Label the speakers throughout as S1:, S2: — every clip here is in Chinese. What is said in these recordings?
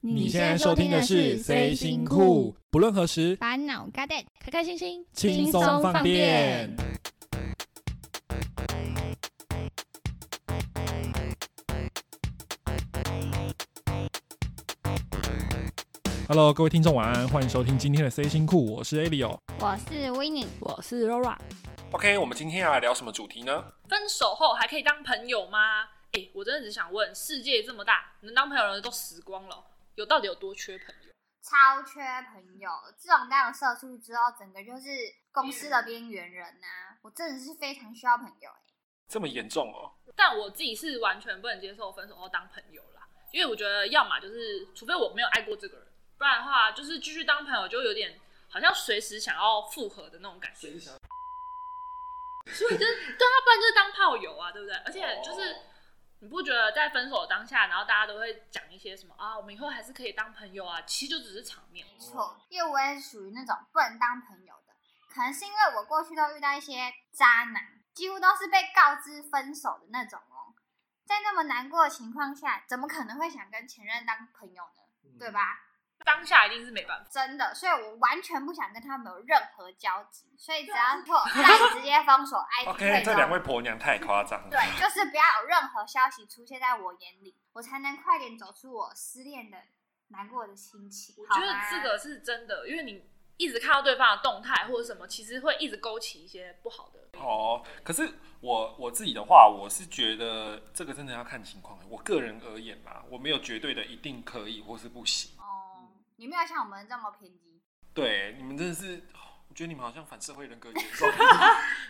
S1: 你现在收听的是《C 星酷》，不论何时，
S2: 烦恼 g a d
S3: 开开心心，
S1: 轻松放电。Hello，各位听众，晚安，欢迎收听今天的《C 星酷》，我是 Alio。
S2: 我是 w i n n i e
S3: 我是 Rora。
S1: OK，我们今天要来聊什么主题呢？
S4: 分手后还可以当朋友吗？哎、我真的只想问，世界这么大，能当朋友的人都死光了，有到底有多缺朋友？
S5: 超缺朋友，自从当了社畜之后，整个就是公司的边缘人呐、我真的是非常需要朋友欸
S1: 这么严重哦？
S4: 但我自己是完全不能接受分手后当朋友啦，因为我觉得要么就是，除非我没有爱过这个人，不然的话就是继续当朋友，就有点好像随时想要复合的那种感觉。所以就是对啊，不然就是当炮友啊，对不对？而且就是你不觉得在分手当下，然后大家都会讲一些什么啊，我们以后还是可以当朋友啊，其实就只是场面。
S5: 没错，因为我也属于那种不能当朋友的，可能是因为我过去都遇到一些渣男，几乎都是被告知分手的那种哦。在那么难过的情况下，怎么可能会想跟前任当朋友呢？对吧？
S4: 当下一定是没办法。
S5: 真的，所以我完全不想跟他们有任何交集，所以只要 破烂，直接封锁 IG 退
S1: 啊 OK，这
S5: 踪
S1: 两位婆娘太夸张了。
S5: 对，就是不要有任何消息出现在我眼里，我才能快点走出我失恋的难过的心情。
S4: 我
S5: 好啊
S4: 觉得
S5: 吗
S4: 这个是真的，因为你一直看到对方的动态或者什么，其实会一直勾起一些不好的。
S1: 哦，可是我我自己的话，我是觉得这个真的要看情况。我个人而言嘛，我没有绝对的一定可以或是不行。
S5: 哦，你没有像我们这么偏激，
S1: 对，你们真的是，哦我觉得你们好像反社会人格严重，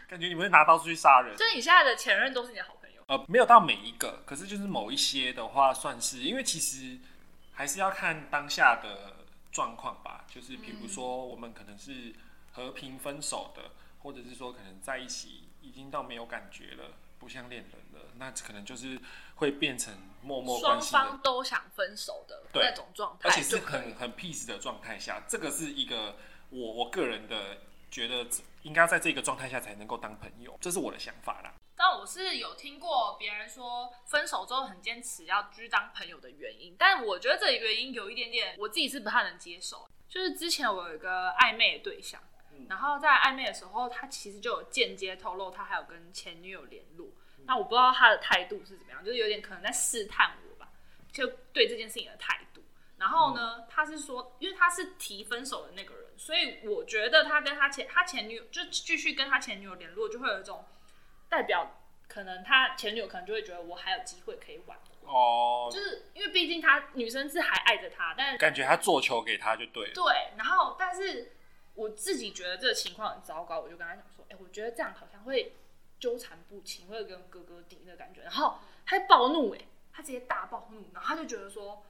S1: 感觉你们会拿刀出去杀人。
S4: 所以你现在的前任都是你的好朋友，
S1: 呃，没有到每一个，可是就是某一些的话，算是因为其实还是要看当下的状况吧。就是比
S4: 嗯
S1: 如说，我们可能是和平分手的，或者是说可能在一起已经到没有感觉了，不像恋人了，那可能就是会变成默默关
S4: 双
S1: 系的
S4: 方，都想分手的
S1: 对
S4: 那种状态
S1: 而且是
S4: 就可以
S1: 很。很 peace 的状态下，这个是一个我我个人的觉得应该在这个状态下才能够当朋友，这是我的想法啦。
S4: 但我是有听过别人说分手之后很坚持要继续当朋友的原因，但我觉得这个原因有一点点我自己是不太能接受。就是之前我有一个暧昧的对象，然后在暧昧的时候，他其实就有间接透露他还有跟前女友联络。那我不知道他的态度是怎么样，就是有点可能在试探我吧，就对这件事情的态度。然后呢，他是说，因为他是提分手的那个人，所以我觉得他跟他前他前女友就继续跟他前女友联络，就会有一种代表，可能他前女友可能就会觉得我还有机会可以挽回，
S1: 哦
S4: 就，是因为毕竟他女生是还爱着他，但
S1: 感觉他做球给他就对了。
S4: 对，然后但是我自己觉得这个情况很糟糕，我就跟他讲说，哎、我觉得这样好像会纠缠不清，会跟哥哥顶的感觉。然后他就暴怒、哎，他直接大暴怒，然后他就觉得说，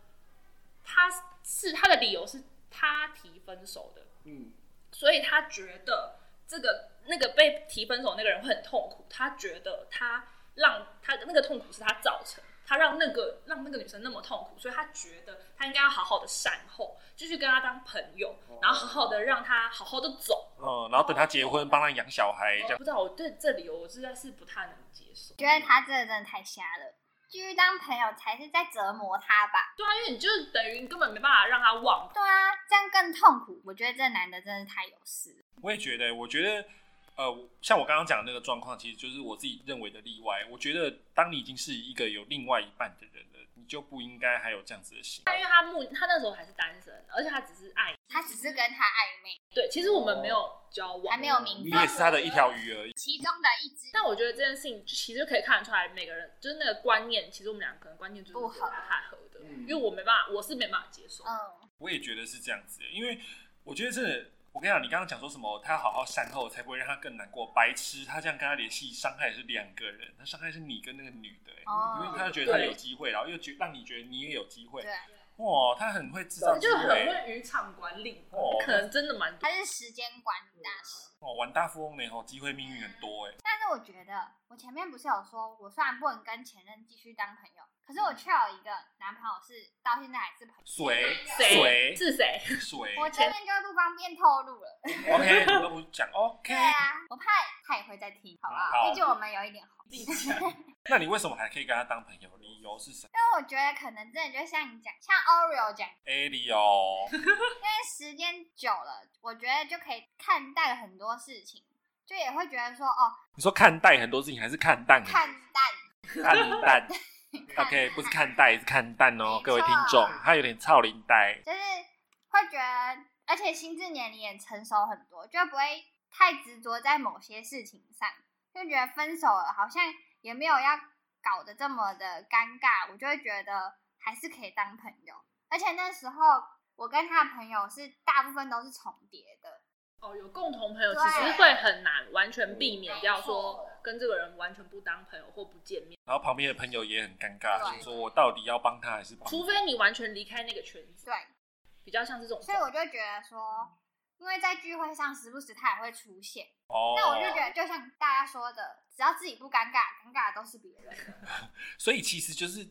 S4: 他是他的理由是他提分手的，
S1: 嗯，
S4: 所以他觉得这个那个被提分手那个人会很痛苦，他觉得他让他那个痛苦是他造成，他让那个让那个女生那么痛苦，所以他觉得他应该要好好的善后，继续跟他当朋友，然后好好的让他好好的走。
S1: 嗯，然后等他结婚，帮他养小孩，这样
S4: 不知道我对这理由我实在是不太能接受，
S5: 觉得他这个真的太瞎了。继续当朋友才是在折磨他吧？
S4: 对啊，因为你就是等于你根本没办法让他忘。
S5: 对啊，这样更痛苦。我觉得这男的真的太有事了。
S1: 我也觉得，我觉得，呃，像我刚刚讲的那个状况，其实就是我自己认为的例外。我觉得，当你已经是一个有另外一半的人了，你就不应该还有这样子的心。
S4: 但因为他目他那时候还是单身，而且他只是爱。
S5: 他只是跟他暧昧，
S4: 对，其实我们没有交往，
S5: 还没有明
S1: 你
S5: 分
S1: 也，是他的一条鱼而已。
S5: 其中的一只
S4: 但我觉得这件事情其实就可以看得出来，每个人就是那个观念，其实我们两个可能观念就是
S5: 不合
S4: 不太合的，因为我没办法，我是没办法接受。
S5: 嗯，
S1: 我也觉得是这样子，因为我觉得真的，我跟你讲，你刚刚讲说什么，他要好好善后，才不会让他更难过。白痴，他这样跟他联系，伤害的是两个人，他伤害是你跟那个女的、欸
S5: 哦
S1: 因为他觉得他有机会，然后又觉让你觉得你也有机会。
S5: 对，
S1: 哇，他很会制造机
S4: 就很
S1: 会。
S4: 会渔场管理，
S1: 欸哦
S4: 可能真的蛮
S5: 他是时间管理大师。
S1: 哦，玩大富翁呢，吼，机会命运很多哎。
S5: 但是我觉得，我前面不是有说，我虽然不能跟前任继续当朋友，可是我却有一个男朋友是到现在还是朋友。
S1: 水
S4: 嗯谁
S1: 水
S4: 是 谁？
S1: 水
S5: 我前面就不方便透露了。
S1: ，OK，你都不讲 OK，
S5: 对啊，我怕他也会在听，好不
S1: 嗯
S5: 好？
S1: 好
S5: 毕竟我们有一点红。
S1: 那你为什么还可以跟他当朋友？理由是什么
S5: 因为我觉得可能真的就像你讲，像 Oreo 讲，
S1: ？A 理由，
S5: 因为时间久了，我觉得就可以看淡很多事情，就也会觉得说哦，
S1: 你说看待很多事情还是看淡？
S5: 看淡。
S1: 看淡
S5: 看
S1: ，OK，不是看待，是看淡哦
S5: 没，
S1: 各位听
S5: 错
S1: 众，他有点操林呆，
S5: 就是会觉得，而且心智年龄也成熟很多，就不会太执着在某些事情上，就觉得分手了好像也没有要搞得这么的尴尬，我就会觉得还是可以当朋友。而且那时候我跟他的朋友是大部分都是重叠的，
S4: 哦，有共同朋友其
S5: 对嗯
S4: 实会很难完全避免掉说跟这个人完全不当朋友或不见面，
S1: 然后旁边的朋友也很尴尬，
S5: 对
S1: 想说我到底要帮他还是帮？
S4: 除非你完全离开那个圈子，
S5: 对，
S4: 比较像这种。
S5: 所以我就觉得说，因为在聚会上时不时他也会出现，
S1: 哦，
S5: 那我就觉得就像大家说的，只要自己不尴尬，尴尬的都是别人。
S1: 所以其实就是，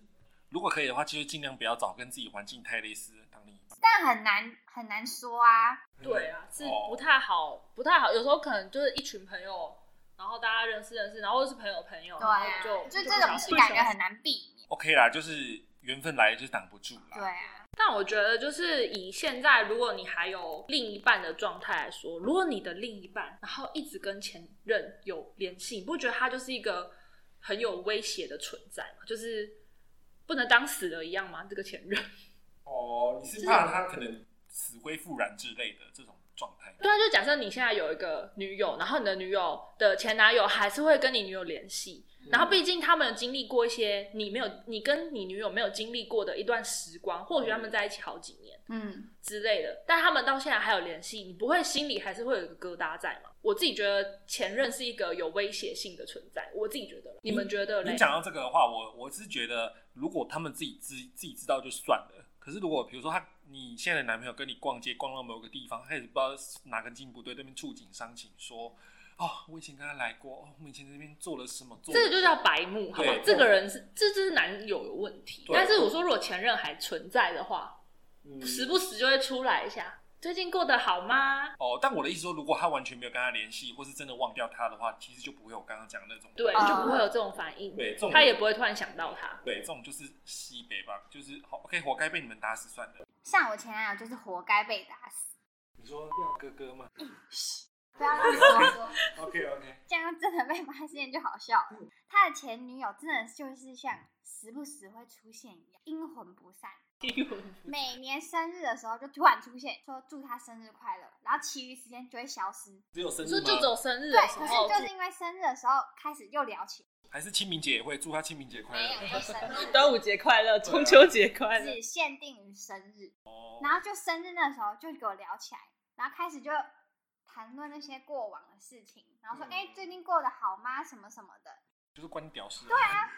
S1: 如果可以的话，就是尽量不要找跟自己环境太类似的当另一半。
S5: 但很难很难说啊。
S4: 对啊，是
S1: 哦
S4: 不太好，不太好。有时候可能就是一群朋友，然后大家认识认识，然后又是朋友朋友，
S5: 对
S4: 然后
S5: 啊，
S4: 就
S5: 就这
S4: 不小
S5: 种事
S4: 心
S5: 感觉很难避免。
S1: OK 啦，就是缘分来了就挡不住啦。
S5: 对啊，
S4: 但我觉得，就是以现在，如果你还有另一半的状态来说，如果你的另一半然后一直跟前任有联系，你不觉得他就是一个很有威胁的存在吗？就是不能当死了一样吗？这个前任，
S1: 哦，你是怕他可能死灰复燃之类的这种状态？
S4: 对啊，就假设你现在有一个女友，然后你的女友的前男友还是会跟你女友联系，
S1: 嗯
S4: 然后毕竟他们有经历过一些你没有，你跟你女友没有经历过的一段时光，或许他们在一起好几年。
S5: 嗯，
S4: 之类的，但他们到现在还有联系，你不会心里还是会有一个疙瘩在吗？我自己觉得前任是一个有威胁性的存在，我自己觉得啦，你们觉得嘞
S1: 你？讲到这个的话，我我是觉得，如果他们自己知自己知道就算了。可是如果比如说他你现在的男朋友跟你逛街逛到某个地方，他也不知道哪根筋不对，对面触景伤情说，哦，我以前跟他来过，哦，我们以前在那边做了什么，做
S4: 这个就叫白目，好吧
S1: 对？
S4: 这个人是这就是男友有问题。
S1: 对
S4: 但是我说，如果前任还存在的话，
S1: 嗯
S4: 时不时就会出来一下，最近过得好吗？
S1: 哦，但我的意思说，如果他完全没有跟他联系，或是真的忘掉他的话，其实就不会有我刚刚讲的那种
S4: 对，
S5: 啊
S4: 就不会有这种反应，
S1: 对这种
S4: 他也不会突然想到他。
S1: 对这种就是西北吧，就是好 OK，活该被你们打死算了。
S5: 像我前男友就是活该被打死，
S1: 你说廖哥哥吗
S5: 不要乱说，
S1: ？OK OK，
S5: 这样真的被发现就好笑了。他的前女友真的就是像时不时会出现一样，阴魂不 散。每年生日的时候就突然出现，说祝他生日快乐，然后其余时间就会消失。
S1: 只有生
S4: 就
S1: 日
S4: 就只
S1: 吗？
S4: 有生日
S5: 对哦
S4: 的，时
S5: 可是
S4: 候，
S5: 就是因为生日的时候开始又聊起，
S1: 还是清明节也会祝他清明节快
S5: 没
S1: 乐？
S5: 有就生 日，
S4: 端午节快乐，中秋节快乐，
S5: 只限定于生日。
S1: 哦
S5: 然后就生日那时候就给我聊起来，然后开始就谈论那些过往的事情，然后说
S1: 嗯
S5: 哎、诶最近过得好吗？什么什么的。
S1: 就是关你屌事。对啊，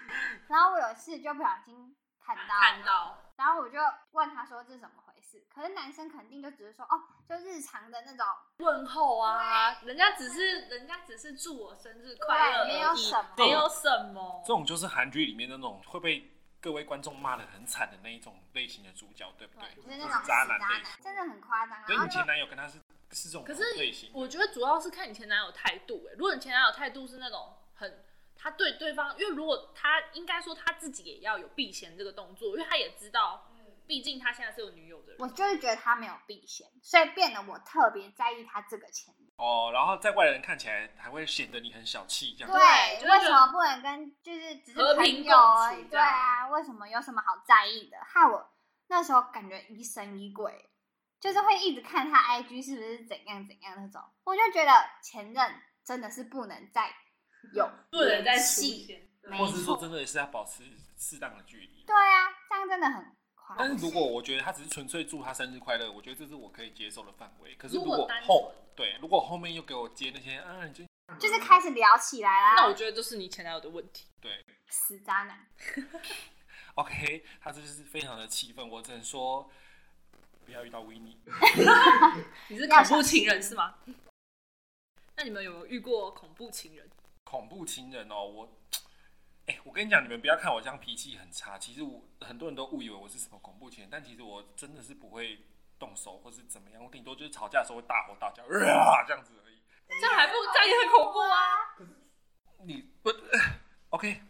S5: 然后我有一次就不小心看到，
S4: 看到。
S5: 然后我就问他说这是怎么回事？可是男生肯定就只是说哦，就日常的那种，
S4: 问候啊，人家只是人家只是祝我生日快乐而已，
S5: 对没有什么
S4: 没有什么
S1: 这种就是韩剧里面那种会被各位观众骂的很惨的那一种类型的主角，对不对？
S5: 就
S1: 就是是
S5: 那种
S1: 渣
S5: 死
S1: 男类型。
S5: 真的很夸张。
S1: 所
S5: 然
S1: 以
S5: 后
S1: 你
S5: 就
S1: 前男友跟他是是这种
S4: 可是
S1: 类型，
S4: 我觉得主要是看你前男友态度、欸，如果你前男友态度是那种很他对对方，因为如果他应该说他自己也要有避嫌这个动作，因为他也知道，毕竟他现在是有女友的人，
S5: 我就是觉得他没有避嫌，所以变得我特别在意他这个前女友。
S1: 哦，然后在外人看起来还会显得你很小气这样。
S5: 对，
S4: 对就是
S5: 为什么不能跟就是只是
S4: 和
S5: 朋
S4: 平
S5: 友
S4: 共
S5: 而已？
S4: 处
S5: 对啊，为什么有什么好在意的？害我那时候感觉疑神疑鬼，就是会一直看他 IG 是不是怎样怎样那种。我就觉得前任真的是不能再有
S4: 不能再出
S5: 戏，
S4: 现。
S5: 没
S1: 或是说
S5: 错，
S1: 真的是要保持适当的距离。
S5: 对啊，这样真的很夸张。
S1: 但是如果我觉得他只是纯粹祝他生日快乐，我觉得这是我可以接受的范围。可是
S4: 如果
S1: 果
S4: 单纯
S1: 后对，如果后面又给我接那些，啊，你就
S5: 就是开始聊起来啦，
S4: 那我觉得就是你前男友的问题，
S1: 对
S5: 死渣男，
S1: ，OK，他这就是非常的气愤。我只能说，不要遇到维尼。
S4: 你是
S5: 要
S4: 恐
S5: 小
S4: 怖情人是吗？那你们有没有遇过恐怖情人？
S1: 恐怖情人哦，我，哎、哎、我跟你讲，你们不要看我这样脾气很差，其实我很多人都误以为我是什么恐怖情人，但其实我真的是不会动手或是怎么样，我顶多就是吵架的时候会大吼大叫，啊、这样子而已。
S4: 这样还不这样也很恐怖啊，
S1: 你不呃 OK？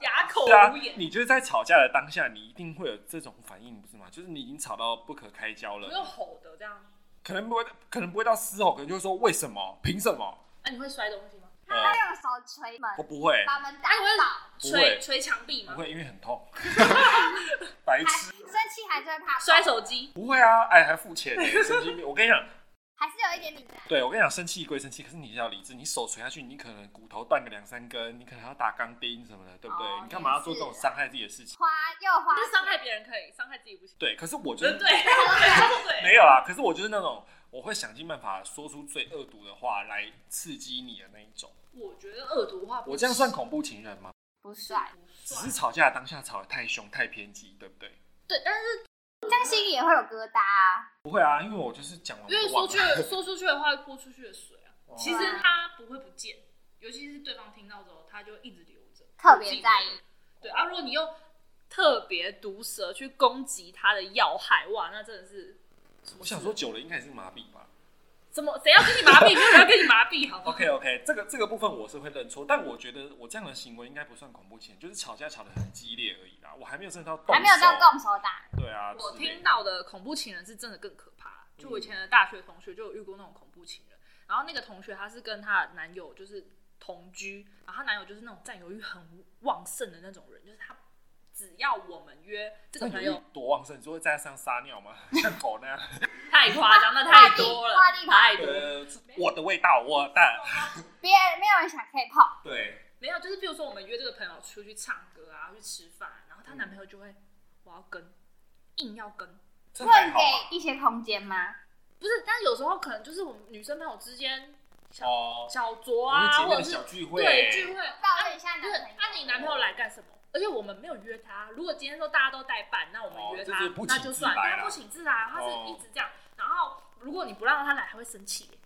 S4: 哑口
S1: 是啊
S4: 无言，。
S1: 你就是在吵架的当下，你一定会有这种反应，不是吗？就是你已经吵到不可开交
S4: 不
S1: 了，
S4: 用吼的这样。
S1: 可能不会，可能不会到嘶吼，可能就会说为什么？凭什么？
S4: 那、你会摔东西吗？
S5: 他
S1: 呃，
S5: 用手捶门
S1: 我，不会，
S5: 把门打
S4: 啊，你会
S5: 倒，
S1: 不
S4: 捶
S1: 会
S4: 捶墙壁
S1: 不
S4: 吗？
S1: 会，因为很 痛。白
S5: 还
S1: 痴，
S5: 生气还是会怕痛，
S4: 摔手机？
S1: 不会啊，哎，还付钱呢，神经病！我跟你讲，
S5: 还是有一点点的。
S1: 对，我跟你讲，生气归生气，可是你要理智。你手垂下去，你可能骨头断个两三根，你可能还要打钢钉什么的，对不对？
S5: 哦
S1: 你干嘛要做这种
S5: 也是
S1: 伤害自己的事情？
S5: 花又花
S4: 但，是伤害别人可以，伤害自己不行。
S1: 对，可是我就
S4: 对
S1: 是
S4: 对对对，
S1: 嗯没有啦。可是我就是那种，我会想尽办法说出最恶毒的话来刺激你的那一种。
S4: 我觉得恶毒话不
S1: 我这样算恐怖情人吗？
S5: 不
S4: 算
S5: 算，
S4: 不
S1: 只是
S4: 算？
S1: 吵架当下吵得太凶、太偏激，对不对？
S4: 对，但是
S5: 这样心里也会有疙瘩啊。
S1: 不会啊，因为我就是讲完
S4: 因为
S1: 就忘
S4: 说
S1: 了
S4: 出去的说出去的话会泼出去的水啊，
S1: 哦
S4: 其实它不会不见，尤其是对方听到之后，他就一直留着，
S5: 特别在意。
S4: 对啊，如果你用特别毒舌去攻击他的要害，哇，那真的是什么事。
S1: 我想说久了应该也是麻痹吧。
S4: 怎么谁要跟你麻痹， 谁要跟你麻痹，好不好
S1: OK OK，这个这个部分我是会认错，但我觉得我这样的行为应该不算恐怖情人，就是吵架吵得很激烈而已啦。我还没有真的到动
S5: 还没有到
S1: 手
S5: 动手打，
S1: 对啊，
S4: 我
S1: 之类
S4: 听
S1: 的
S4: 到的恐怖情人是真的更可怕。就我以前的大学同学就有遇过那种恐怖情人，然后那个同学她是跟她的男友就是同居，然后她男友就是那种占有欲很旺盛的那种人，就是他只要我们约这个
S1: 占
S4: 朋
S1: 有欲
S4: 友，
S1: 多旺盛，你说会在他身上撒尿 吗？像狗那样？
S4: 太夸张，那太多了
S5: 画地，
S4: 太多了。
S1: 呃，是我的味道，我的。
S5: 别人没有人想可以碰，
S1: 对，
S4: 没有，就是比如说我们约这个朋友出去唱歌啊，去吃饭，然后她男朋友就会我要跟，硬要跟，
S1: 这还
S5: 会
S1: 好吧
S5: 给一些空间吗？
S4: 不是，但有时候可能就是我们女生朋友之间小、
S1: 哦。
S4: 小酌
S1: 我们
S4: 啊，
S1: 姐妹
S4: 或者
S1: 的
S4: 是
S1: 小聚会，
S4: 对聚会，
S5: 抱怨一啊下男
S4: 不
S5: 朋
S4: 是
S5: 友，
S4: 那、你男朋友来干什么？而且我们没有约他。如果今天说大家都代办，那我
S1: 哦
S4: 们约
S1: 这
S4: 他，
S1: 是不
S4: 那
S1: 请
S4: 就
S1: 自
S4: 算。
S1: 来
S4: 但他
S1: 啦
S4: 不请自来啊，他是
S1: 哦
S4: 一直这样。然后如果你不让他来，他会生气耶，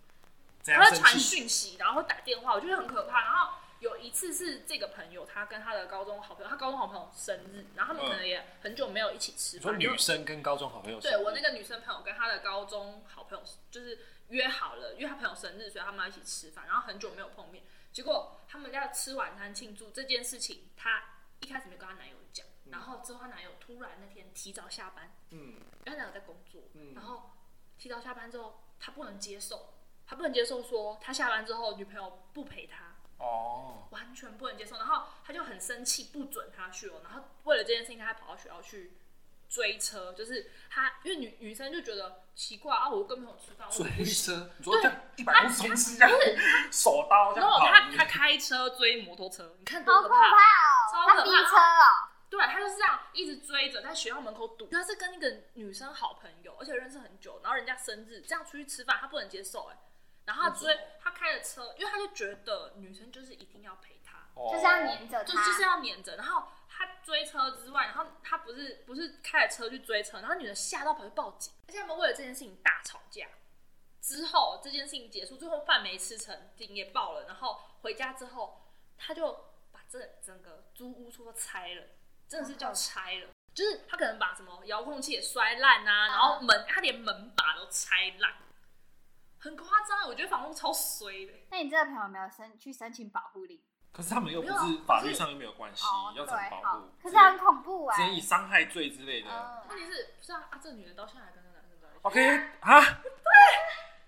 S1: 怎样
S4: 他会
S1: 生
S4: 传
S1: 气？
S4: 讯息，然后会打电话，我觉得很可怕。然后有一次是这个朋友，他跟他的高中好朋友，他高中好朋友生日，然后他们可能也很久没有一起
S1: 嗯
S4: 吃
S1: 你说
S4: 饭，
S1: 女生跟高中好朋友，
S4: 对我那个女生朋友跟她的高中好朋友，就是约好了，因为她朋友生日，所以他们要一起吃饭，然后很久没有碰面。结果他们要吃晚餐庆祝这件事情，她一开始没有跟她男友讲，然后之后她男友突然那天提早下班，
S1: 嗯，
S4: 因为她男友在工作，
S1: 嗯
S4: 然后提早下班之后，她不能接受，她不能接受说她下班之后女朋友不陪她，
S1: 哦，
S4: 完全不能接受。然后他就很生气，不准他去哦。然后为了这件事情，他还跑到学校去追车，就是他因为女女生就觉得奇怪啊，我跟朋友吃饭，我怎么
S1: 追
S4: 不行。
S1: 车，你说这样一百公尺冲刺这样，手刀这
S4: 然
S1: 样
S4: 后
S1: 跑，
S4: 他他开车追摩托车，你看多
S5: 好
S4: 可
S5: 可
S4: 怕！啊
S5: 怕哦，
S4: 超可怕
S5: 他逼车哦，
S4: 对，他就是这样一直追着，在学校门口堵。他是跟一个女生好朋友，而且认识很久，然后人家生日这样出去吃饭，他不能接受哎、然后他追他开着车，因为他就觉得女生就是一定要陪他，
S1: 哦
S5: 就是要黏着
S4: 就
S5: 他，
S4: 就是要黏着，然后他追车之外，然后他不是不是开着车去追车，然后女的吓到跑去报警，而且他们为了这件事情大吵架。之后这件事情结束，最后饭没吃成，警也报了，然后回家之后，他就把这整个租屋处都拆了，真的是叫拆了，就是他可能把什么遥控器也摔烂啊，然后门他连门把都拆烂，很夸张，啊我觉得房屋超衰的。
S5: 那你这个朋友没有申去申请保护令
S1: 可是他们又不
S4: 没有
S1: 是法律上又没有关系
S5: 哦，，
S1: 要
S5: 对
S1: 怎么，保
S5: 好
S1: 护？
S5: 可是很恐怖
S1: 只能
S5: 哎
S1: 以。伤害罪之类的。
S5: 嗯
S4: 问题是，不是啊？啊这女的到现在还跟那男生在一起。
S1: OK 啊，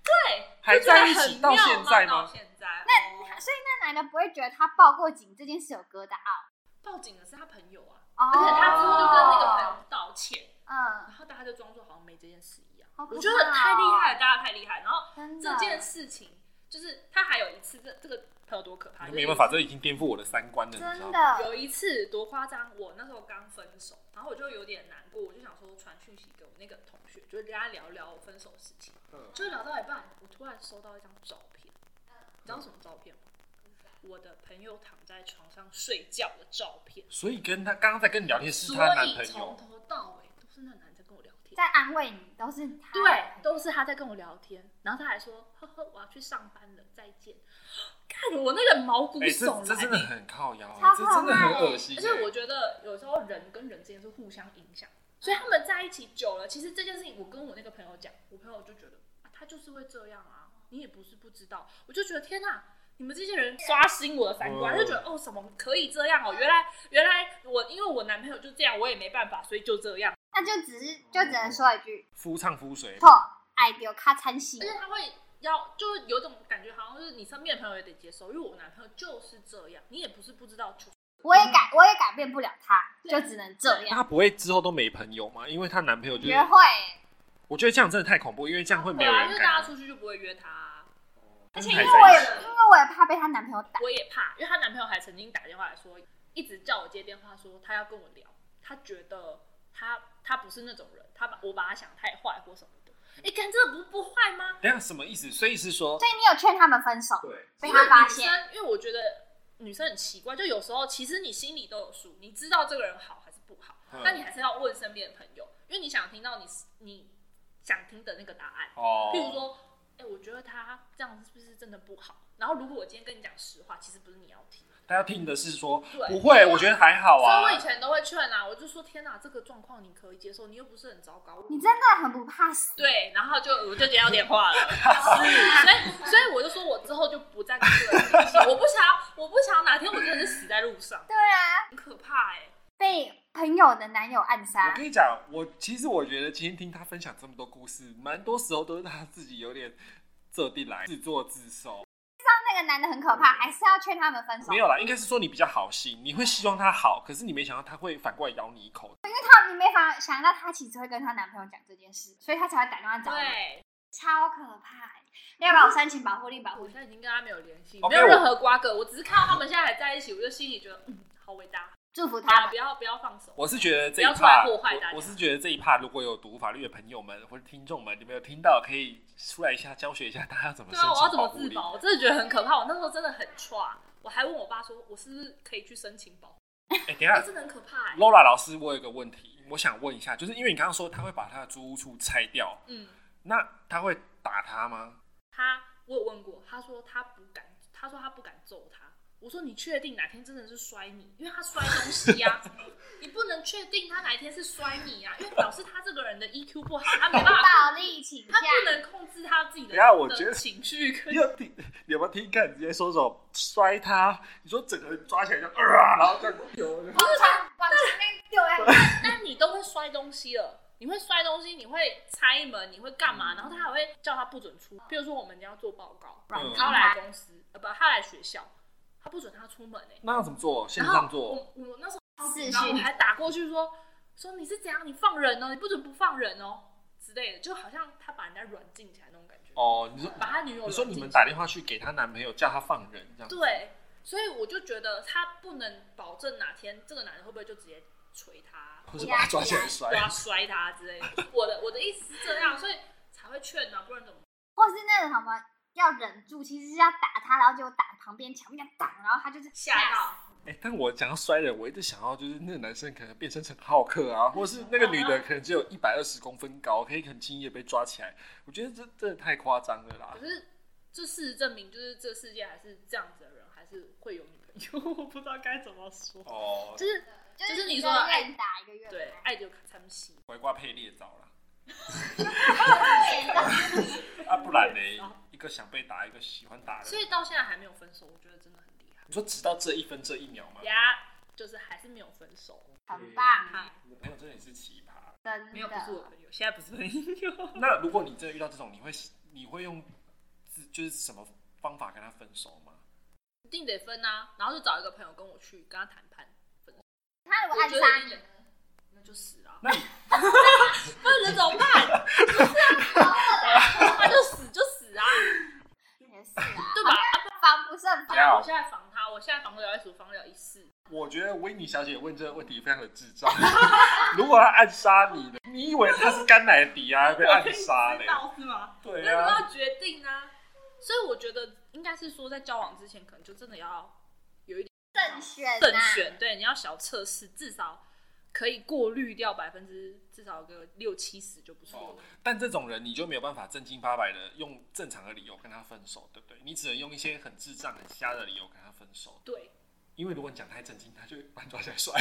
S4: 对，
S1: 还
S4: 就觉得
S1: 在一起
S4: 很
S1: 到
S4: 妙
S1: 现
S4: 吗
S1: 在
S4: 到
S1: 吗
S4: 现在，哦
S5: 那所以那男的不会觉得他报过警这件事有疙瘩哦，
S4: 报警的是他朋友啊，
S5: 而
S4: 而且他之后就跟那个朋友道歉，然
S5: 哦嗯，
S4: 后大家就装作好像没这件事一样。
S5: 好可怕
S4: 我
S5: 哦
S4: 觉得太厉害了，大家太厉害。然后
S5: 真的
S4: 这件事情，就是他还有一次，这这个朋友多可怕，就是
S1: 没办法，这已经颠覆我的三观了，你知道
S5: 真
S1: 吗？
S5: 的
S4: 有一次多夸张，我那时候刚分手，然后我就有点难过，我就想说传讯息给我那个同学，就跟他聊聊我分手的事情。
S1: 嗯
S4: 就聊到一半，我突然收到一张照片，你知道什么照片吗？我的朋友躺在床上睡觉的照片。
S1: 所以跟他刚刚在跟你聊天是
S4: 所
S1: 她的男
S4: 以
S1: 朋
S4: 从
S1: 友，
S4: 头到尾都真的很难再跟我聊天。
S5: 在安慰你，都是他。
S4: 对，都是他在跟我聊天，然后他还说：“呵呵，我要去上班了，再见。” 看我那个毛骨
S1: 哎、这
S4: 悚
S1: 这真的
S4: 然欸、
S1: 很靠腰
S5: 超，
S1: 这
S5: 靠
S1: 真的很
S5: 腰
S1: 恶心、
S4: 而
S1: 欸。
S4: 且我觉得有时候人跟人之间是互相影响，所以他们在一起久了，其实这件事情我跟我那个朋友讲，我朋友就觉得、啊、他就是会这样啊，你也不是不知道。我就觉得天哪、你们这些人刷新我的三观，
S1: 嗯
S4: 就觉得哦，什么可以这样哦？原来原来我因为我男朋友就这样，我也没办法，所以就这样。
S5: 那就只是就只能说一句
S1: 夫唱夫随，
S5: 错，爱丢卡餐戏
S4: 而。且他会要，就是有种感觉，好像是你身边的朋友也得接受，因为我男朋友就是这样，你也不是不知道，就
S5: 我也改，我也改变不了他，就只能这
S1: 那
S5: 样。
S1: 她不会之后都没朋友吗？因为她男朋友就是
S5: 约，会
S1: 我觉得这样真的太恐怖，因为这样会没有
S4: 对啊，
S1: 人
S4: 因为大
S1: 敢
S4: 家。出去就不会约他啊、
S1: 而
S5: 因为我也因为我也怕被她男朋友打，
S4: 我也怕，因为她男朋友还曾经打电话来说，一直叫我接电话说他要跟我聊，他觉得他他不是那种人，他把我把他想太坏或什么的。哎、看这不不坏吗？
S1: 等一下什么意思？所以是说
S5: 所，以你有劝他们分手，
S1: 对，
S5: 被他发
S4: 因为
S5: 现，
S4: 女生，因为我觉得女生很奇怪，就有时候其实你心里都有数，你知道这个人好还是不好，
S1: 嗯
S4: 但你还是要问身边的朋友，因为你想听到你你想听的那个答案。
S1: 哦，
S4: 譬如说，哎、我觉得他这样是不是真的不好？然后如果我今天跟你讲实话，其实不是你要听。
S1: 大家听的是说
S4: 对
S1: 不会，我觉得还好
S4: 所以我以
S1: 啊。
S4: 前都会劝啊，我就说天哪、这个状况你可以接受，你又不是很糟糕。
S5: 你真的很不怕死。
S4: 对，然后就我就接到电话了， 所以所以我就说我之后就不再跟这个人联 系，我不想要，我不想要哪天我真的是死在路上，
S5: 对啊，
S4: 很可怕哎、
S5: 被朋友的男友暗
S1: 我
S5: 杀
S1: 跟，你讲，我其实我觉得今天听她分享这么多故事，蛮多时候都是她自己有点这地来自作自受。
S5: 那个男的很可怕，还是要劝他们分手
S1: 没。有啦，应该是说你比较好心，你会希望她好，可是你没想到她会反过来咬你一口。
S5: 他你没法想到，她其实会跟她男朋友讲这件事，所以她才会打电话找你，
S4: 对，
S5: 超可怕欸。要不要我申请保护令？保护
S4: 我
S5: 令
S4: 现在已经跟他没有联系，
S1: OK，
S4: 没有任何瓜葛，我只是看到他们现在还在一起，我就心里觉得嗯，好伟大，
S5: 祝福他
S4: 啊，
S5: 们
S4: 不。要不要放手。
S1: 我是觉得这一
S4: 不要出来
S1: 趴，
S4: 祸害大家
S1: 我我是觉得这一趴如果有读法律的朋友们或者听众们，你们有听到可以出来一下教学一下大家怎么
S4: 对
S1: 申
S4: 啊，我
S1: 请
S4: 要怎
S1: 保
S4: 么
S1: 护
S4: 自
S1: 令。
S4: 保？我真的觉得很可怕。我那时候真的很差，我还问我爸说，我是不是可以去申请保护？
S1: 哎、等一下
S4: 哎，真的很可怕、欸。
S1: ，Laura 老师，我有一个问题，我想问一下，就是因为你刚刚说他会把他的租屋处拆掉，
S4: 嗯，
S1: 那他会打他吗？
S4: 他我有问过，他说他不敢，他说他不敢揍他。我说你确定哪天真的是摔你？因为他摔东西 呀、你不能确定他哪一天是摔你呀、因为表示他这个人的 EQ 不好，他没办法，
S5: 暴力倾
S4: 他
S5: 向，
S4: 不能控制他自己的
S1: 等一下我觉得
S4: 的情绪 跟
S1: 你有听？你有没有听？看你直接说什么摔他？你说整个人抓起来就啊，然后这样丢。
S5: 往床往前面丢哎，
S4: 但你都会摔东西了，你会摔东西，你会拆门，你会干嘛？然后他还会叫他不准出，比如说我们要做报告，
S1: 嗯
S4: 他来公司，呃不，他来学校，他不准他出门哎、
S1: 那要怎么做？线
S4: 然后
S1: 上做？
S4: 我我那时候
S5: 视讯
S4: 然后我还打过去说说你是怎样，你放人哦，你不准不放人哦之类的，就好像他把人家软禁起来那种感觉，
S1: 哦，你说
S4: 把他女友
S1: 你说
S4: 软
S1: 你
S4: 禁
S1: 们
S4: 起来
S1: 打电话去给她男朋友，叫他放人这样子？
S4: 对，所以我就觉得他不能保证哪天这个男人会不会就直接捶他，
S1: 或者把他抓起来摔
S4: 我。要摔他之类的。我的我的意思是这样，所以才会劝啊，不然怎么？
S5: 或是那种什么要忍住，其实是要打他，然后就打旁边墙壁，打，然后他就是
S4: 吓到
S5: 死。
S1: 哎、但我讲到摔人，我一直想要就是那个男生可能变身成浩克啊，或是那个女的可能只有一百二十公分高，可以很轻易的被抓起来。我觉得这真的太夸张了啦
S4: 可。是这事实证明，就是这世界还是这样子的人，还是会有女朋友， 我不知道该怎么说。
S1: 哦，
S4: 就是就是你说的
S5: 一个
S4: 爱
S5: 愿打一个愿
S4: 对
S5: 挨，
S4: 爱就参戏，
S1: 拐瓜配猎招啦。
S5: 对就是
S1: 啊，不然呢？一个想被打，一个喜欢打人。
S4: 所以到现在还没有分手，我觉得真的很厉害
S1: 你说直到这一分这一秒吗？
S4: 呀。就是还是没有分手，
S5: 很棒，
S4: 嗨，
S1: 你的朋友真的是奇葩。
S5: 真
S4: 没有不是我
S5: 的。
S4: 朋友，现在不是朋友。
S1: 那如果你真的遇到这种，你会你会用自就是什么方法跟他分手吗？
S4: 一定得分啊，然后就找一个朋友跟我去跟他谈判，
S5: 他如果暗
S4: 我觉得
S5: 杀
S4: 一
S5: 你
S4: 定，那就死了啊。
S1: 那你
S4: 不然能怎么办？ 不是啊，他就死就死啊，
S5: 也是啊，
S4: 对吧？
S5: 防不胜防。
S4: 我现在防他，我现在防疗一组，防疗一四。
S1: 我觉得维尼小姐问这个问题非常的智障。 如果她暗杀你的，你以为她是甘乃迪啊，被暗杀
S4: 我可
S1: 嘞
S4: 以知？道是吗？
S1: 对
S4: 那你
S1: 啊，
S4: 要决定啊。所以我觉得应该是说，在交往之前，可能就真的要
S5: 慎选，
S4: 慎。选，对，你要小测试，至少可以过滤掉百分之至少有个六七十就不错了。
S1: 哦但这种人你就没有办法正经八百的用正常的理由跟他分手，对不对？你只能用一些很智障、很瞎的理由跟他分手，
S4: 对，
S1: 因为如果你讲太正经，他就会把你抓起来甩。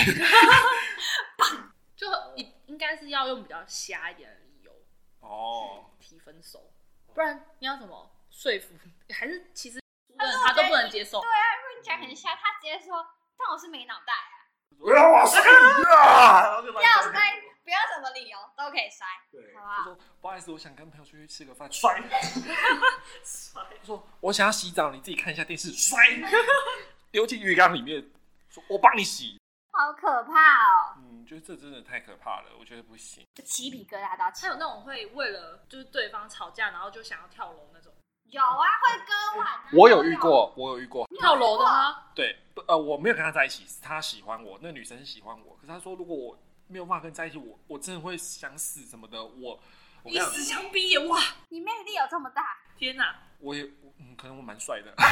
S4: 就你应该是要用比较瞎一点的理由
S1: 哦，
S4: 提分手，不然你要怎么说服？还是其实他都不能接受。
S5: 跟你讲很瞎，他直接说，但我是没脑袋啊，
S1: 我要我塞你 啊！
S5: 要塞不要什么理由都可以塞，
S1: 对
S5: 好
S1: 他
S5: 不好？
S1: 说不好意思，啊我想跟朋友出去吃个饭，摔。他说我想要洗澡，你自己看一下电视， 摔。丢进浴缸里面，说我帮你洗。
S5: 好可怕哦，
S1: 嗯，觉得这真的太可怕了，我觉得不行。
S5: 就鸡皮疙瘩都要起
S4: 还。有那种会为了就是对方吵架，然后就想要跳楼那种，
S5: 有啊，会割腕、啊。
S1: 我有遇。过，我有遇过，
S4: 跳楼的吗？
S1: 对，不呃，我没有跟他在一起，是他喜欢我，那女生是喜欢我。可是他说，如果我没有办法跟在一起，我我真的会想死什么的。我我跟
S4: 以
S1: 你讲，
S4: 死相逼耶！哇，
S5: 你魅力有这么大？
S4: 天哪！
S1: 我也我嗯，可能我蛮帅的。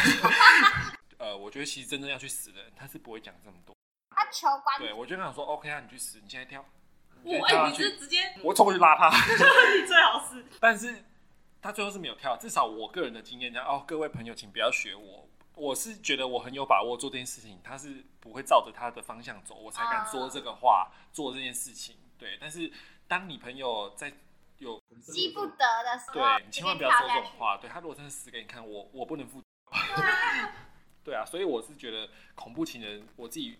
S1: 呃，我觉得其实真正要去死的人，他是不会讲这么多。
S5: 他求关
S1: 对，我就跟他说，OK 啊，你去死，你现在跳。你
S4: 我
S1: 现在跳下
S4: 哎，你
S1: 去
S4: 是直接
S1: 我冲过去拉他，
S4: 你最好是
S1: 但是他最后是没有跳。至少我个人的经验讲，哦，各位朋友，请不要学我。我是觉得我很有把握做这件事情，他是不会照着他的方向走，我才敢说这个话，
S4: 啊
S1: 做这件事情。对，但是当你朋友在有
S5: 激不得的时候，
S1: 对，你
S5: 直接
S1: 千万不要
S5: 跳
S1: 说这
S5: 下
S1: 种
S5: 去。
S1: 话。对他如果真的死给你看，我我不能负。 对啊，所以我是觉得恐怖情人，我自己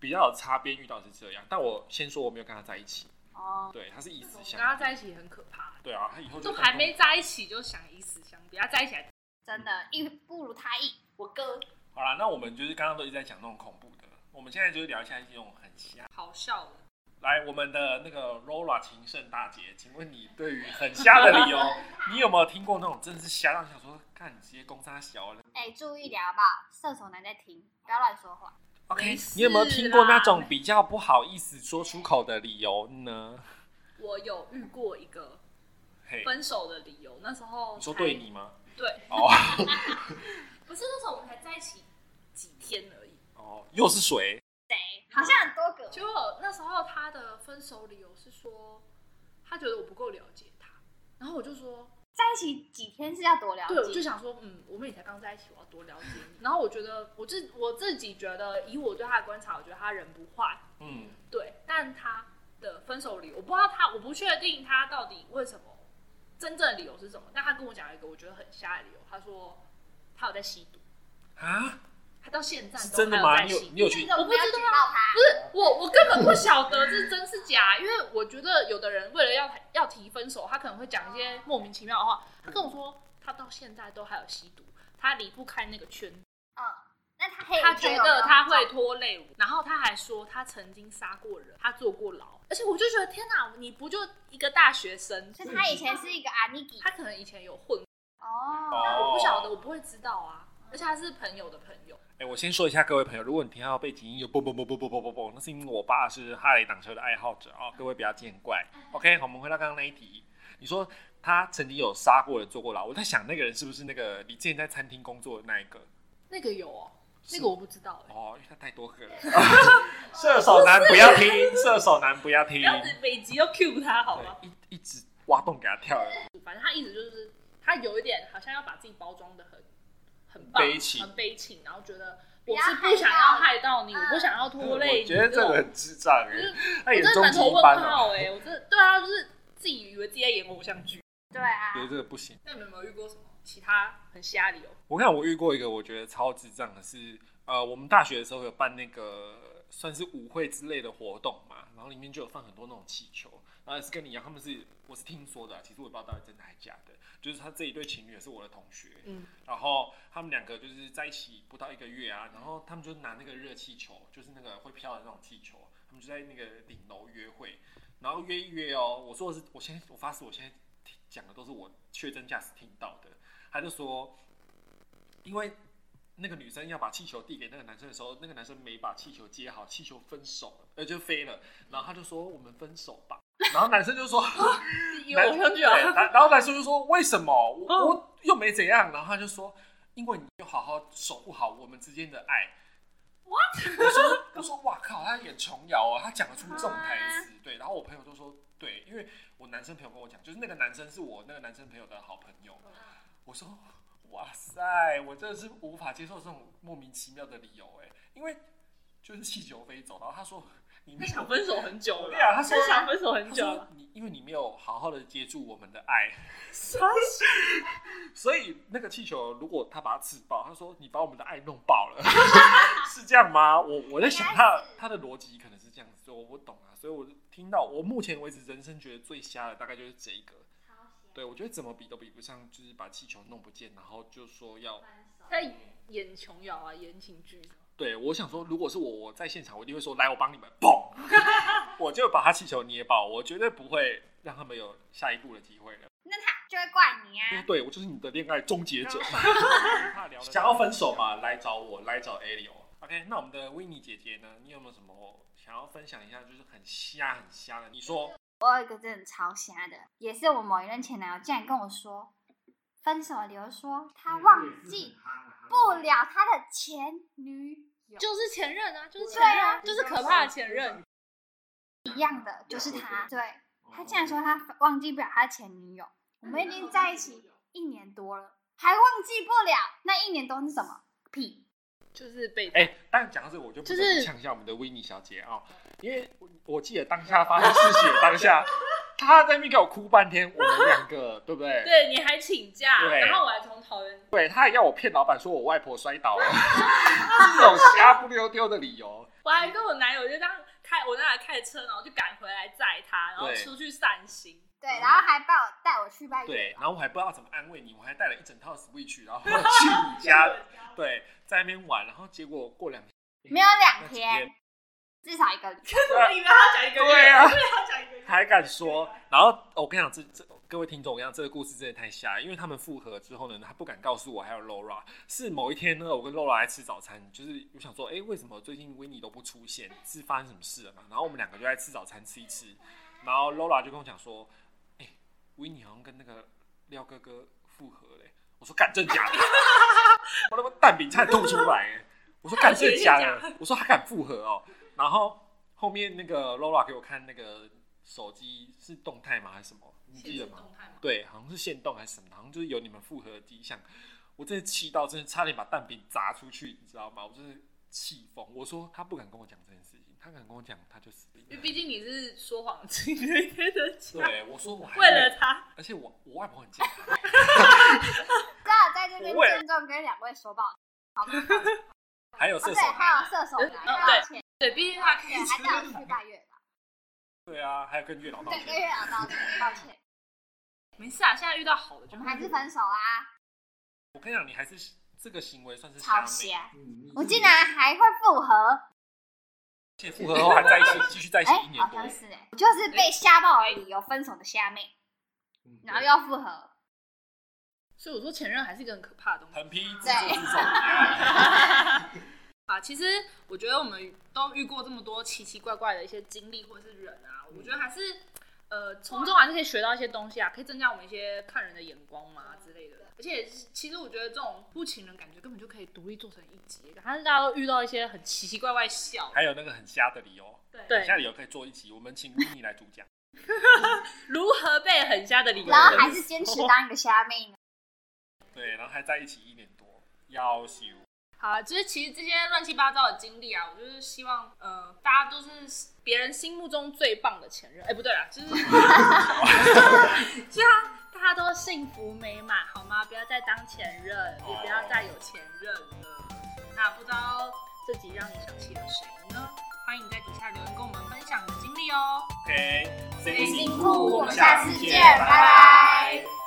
S1: 比较有擦边遇到的是这样。但我先说我没有跟他在一起，
S5: 哦，
S1: 对，他是以死
S4: 跟
S1: 相
S4: 他
S1: 逼。
S4: 在一起很可怕，
S1: 对啊，他以后就
S4: 都还没在一起就想以死相逼，他在一起还
S5: 真的，一不如他意。我割。
S1: 好啦，那我们就是刚刚都一直在讲那种恐怖的，我们现在就是聊一下这种很瞎。
S4: 好笑了。
S1: 来，我们的那个 Laura 情圣大姐，请问你对于很瞎 的理由，你有没有听过那种真的是瞎到想说，看你直接攻杀小了
S5: 哎、注意点好不好？射手男在听，不要乱说话。
S1: ？OK，啊
S4: 没事
S1: 你有没有听过那种比较不好意思说出口的理由呢？
S4: 我有遇过一个
S1: 嘿，
S4: 分手的理由，那时候
S1: 你说
S4: 才
S1: 对你吗？
S4: 对，
S1: 哦
S4: 不是那时候我们才在一起几天而已，
S1: 哦，又是谁？
S5: 谁？好像很多个。
S4: 结果那时候他的分手理由是说他觉得我不够了解他，然后我就说
S5: 在一起几天是要多了解？
S4: 对，我就想说，嗯，我们也才刚在一起，我要多了解你。然后我觉得，我自我自己觉得，以我对他的观察，我觉得他人不坏，
S1: 嗯，
S4: 对，但他的分手理由，我不知道他，我不确定他到底为什么真正的理由是什么。但他跟我讲了一个我觉得很瞎的理由，他说他有在吸毒，
S1: 啊，
S4: 他到现在
S1: 是
S4: 都
S1: 真的
S4: 还
S1: 吗？
S4: 在
S1: 你有
S4: 吸毒
S1: 你有去？
S5: 我
S4: 我不知道
S5: 举报他
S4: 不。是我，我根本不晓得这是真是假，因为我觉得有的人为了要要提分手，他可能会讲一些莫名其妙的话。他跟我说，他到现在都还有吸毒，他离不开那个圈子
S5: 嗯，那他黑
S4: 他觉得他会
S5: 哦
S4: 拖累我，然后他还说他曾经杀过人，他坐过牢，而且我就觉得天哪，你不就一个大学生？
S5: 所以他以前是一个阿尼基
S4: 他可能以前有混，
S5: 哦，
S4: 但我
S1: 哦
S4: 不晓得，我不会知道啊。而且他是朋友的朋友，
S1: 哎、我先说一下各位朋友，如果你听到背景音有嘣嘣嘣嘣嘣嘣嘣嘣，那是因为我爸是哈雷挡车的爱好者哦，各位不要见 怪。OK，好，我们回到刚刚那一题，你说他曾经有杀过人、坐过牢，我在想那个人是不是那个你之前在餐厅工作的那一个？
S4: 那个有哦，
S1: 是
S4: 那个我不知道哎、
S1: 哦，因为他太多个 了。射手男不要听，射手男不要听
S4: 不，要每集都 cue 他好吗？
S1: 对，一一直挖洞给他跳了。
S4: 反正他一直就是他有一点好像要把自己包装的很很棒
S1: 悲情
S4: 很悲情，然后觉得
S5: 不
S4: 我
S5: 要
S4: 是不想要害到你，
S5: 害到嗯
S4: 我
S5: 你
S4: 不想要拖累
S1: 嗯
S4: 你。
S1: 我觉得这个
S4: 种
S1: 很智障哎、
S4: 就是
S1: 他
S4: 我
S1: 眼
S4: 真的
S1: 中
S4: 满
S1: 极
S4: 头
S1: 一
S4: 问
S1: 般哦、
S4: 号哎、我真的对啊，就是自己以为自己在演偶像剧。
S5: 对啊
S1: 觉，得这个不行。
S4: 那你们有没有遇过什么其他很瞎理由？
S1: 我看我遇过一个我觉得超智障的是，呃，我们大学的时候有办那个算是舞会之类的活动嘛，然后里面就有放很多那种气球，然后也是跟你一样，他们是我是听说的啊，其实我也不知道到底真的还假的，就是他这一对情侣也是我的同学，
S4: 嗯，
S1: 然后他们两个就是在一起不到一个月啊，然后他们就拿那个热气球，就是那个会飘的那种气球，他们就在那个顶楼约会，然后约一约哦，我说的是，我现在我发誓，我现在听讲的都是我确真价实听到的，他就说，因为那个女生要把气球递给那个男生的时候，那个男生没把气球接好，气球分手了，呃，就飞了，然后他就说我们分手吧，然后男生就说。
S4: 有偶像剧啊？
S1: 对然然后男生就说：“为什么我我又没怎样？”然后他就说：“因为你就好好守护好我们之间的爱。”我说我说哇靠，他演琼瑶啊，他讲得出这种台词，对。然后我朋友都说对，因为我男生朋友跟我讲，就是那个男生是我那个男生朋友的好朋友。我说哇塞，我真的是无法接受这种莫名其妙的理由哎、因为就是气球飞走，然后他说你没
S4: 他
S1: 有
S4: 想分手很久
S1: 对啊
S4: 了，
S1: 他说
S4: 他想分手很
S1: 他
S4: 久
S1: 说
S4: 了，
S1: 你因为你没有好好的接住我们的爱， 所以那个气球如果他把它刺爆，他说你把我们的爱弄爆 了，是这样吗？我我在想
S5: 应该
S1: 他
S5: 是
S1: 他的逻辑可能是这样子，所以我不懂啊。所以我听到我目前为止人生觉得最瞎的大概就是这一个，对我觉得怎么比都比不上，就是把气球弄不见，然后就说要
S4: 他演琼瑶啊，言情剧，
S1: 对我想说，如果是我我在现场，我一定会说来我帮你们，砰， 我就把他气球捏爆，我绝对不会让他们有下一步的机会了。
S5: 那他就会怪你啊。
S1: 对，我就是你的恋爱终结者。想
S4: 想
S1: 要分手嘛，来找我，来找 A 流。OK，那我们的维尼姐姐呢？你有没有什么想要分享一下？就是很瞎很瞎的，你说
S5: 我有一个真的超瞎的，也是我某一任前男友竟然跟我说，分手理由说他忘记不了他的前女友，
S4: 就是前任啊，就是前
S5: 对
S4: 任
S5: 啊
S4: 啊，就是可怕的前任。
S5: 一样的就是
S1: 哦
S5: 他，对他竟然说他忘记不了他的前女友，我们已经在一起一年多了，还忘记不了，那一年多是什么屁？
S4: 就是被
S1: 哎、但讲到这个，我就不
S4: 就是
S1: 得不呛一下我们的维尼小姐啊、因为我我记得当下发生事情的当 下，她在那边给我哭半天，我们两个对不对？
S4: 对，你还请假，
S1: 对
S4: 然后我还从桃园，
S1: 对，她还要我骗老板说我外婆摔倒了，这种瞎不溜丢的理由。
S4: 我还跟我男友就这样开，我那还开着车，然后就赶回来载他，然后
S1: 对
S4: 出去散心。
S5: 对，然后还把我带我去拜月
S1: 对，然后我还不知道怎么安慰你，我还带了一整套 Switch，然后去你家，对，在那边玩，然后结果过两天，
S5: 没有两
S1: 那几
S5: 天，至少一个 礼拜。
S4: 我以为他讲一个月，
S1: 对啊
S4: 我以为他讲一个月，
S1: 还敢说？然后哦我跟你讲，这这各位听众，我跟你讲，这个故事真的太瞎了，因为他们复合之后呢，他不敢告诉我还有 Laura。是某一天呢，我跟 Laura 来吃早餐，就是我想说，哎、为什么最近 w i n n 都不出现？是发生什么事了嘛？然后我们两个就在吃早餐吃一吃，然后 Laura 就跟我讲说，哎、w i n n 好像跟那个廖哥哥复合嘞、我说干真假 的？我那个蛋饼差点吐出来、欸。我说干真假的？我说他敢复合哦、然后后面那个 Laura 给我看那个手机是动态吗还是什么？你记得吗？
S4: 动态吗？
S1: 对，好像是限动还是什么，好像就是有你们复合的迹象。我真的气到，真的差点把蛋饼砸出去，你知道吗？我真的气疯。我说他不敢跟我讲这件事情，他敢跟我讲他就死定
S4: 因为
S1: 了。
S4: 毕竟你是说谎情人天的家，
S1: 对，我说我还
S4: 为了，他，
S1: 而且我我外婆很健康，
S5: 正好在这边
S1: 我为了
S5: 郑重跟两位说抱歉。
S1: 还有
S5: 哦，
S1: 射
S5: 对，
S1: 手
S5: 还有射 手男，
S4: 嗯
S5: 还有前，
S4: 对，毕竟他可以
S5: 对，还
S4: 吃
S5: 带我去拜月吧。
S1: 对啊，还有跟月老道
S5: 对，哎跟
S1: 歉。
S5: 月老道歉，抱歉，
S4: 没事啊，现在遇到好的就
S5: 我们还是分手啊，
S1: 我跟你讲，你还是这个行为算是
S5: 超
S1: 瞎
S5: 瞎。
S1: 妹，嗯
S5: 我竟然还会复合，
S1: 而且复合后还在一起，继续在一起
S5: 哎
S1: 一，年
S5: 好
S1: 多
S5: 像。是哎，我就是被吓到而已，有分手的虾妹，
S1: 嗯
S5: 然后又要复合，
S4: 所以我说前任还是一个很可怕的东西。
S1: 横批自作
S5: 对
S1: 自受。
S4: 啊，其实我觉得我们都遇过这么多奇奇怪怪的一些经历或者是人啊，我觉得还是呃从中还是可以学到一些东西啊，可以增加我们一些看人的眼光嘛之类的。而且其实我觉得这种不情人感觉根本就可以独立做成一集，但是大家都遇到一些很奇奇怪怪笑。
S1: 还有那个很瞎的理由，很
S4: 对
S1: 瞎，的理由可以做一集，我们请 Winnie 来主讲。
S4: 如何被很瞎的理由？
S5: 然后还是坚持当一个虾妹呢。
S1: 对，然后还在一起一年多，要修。
S4: 好啊，就是其实这些乱七八糟的经历啊，我就是希望呃大家都是别人心目中最棒的前任。哎、不对啦，就是 希望大家都幸福美满，好吗？不要再当前任，也不要再有前任了。那不知道这集让你想起了谁呢？欢迎在底下留言跟我们分享你的经历哦。
S1: OK，
S5: 辛
S1: 辛
S5: 苦
S1: 苦，
S5: 我
S1: 我
S5: 们
S1: 们
S5: 下
S1: 下
S5: 次
S1: 次
S5: 见
S1: 见，
S5: 拜
S1: 拜
S5: 拜
S1: 拜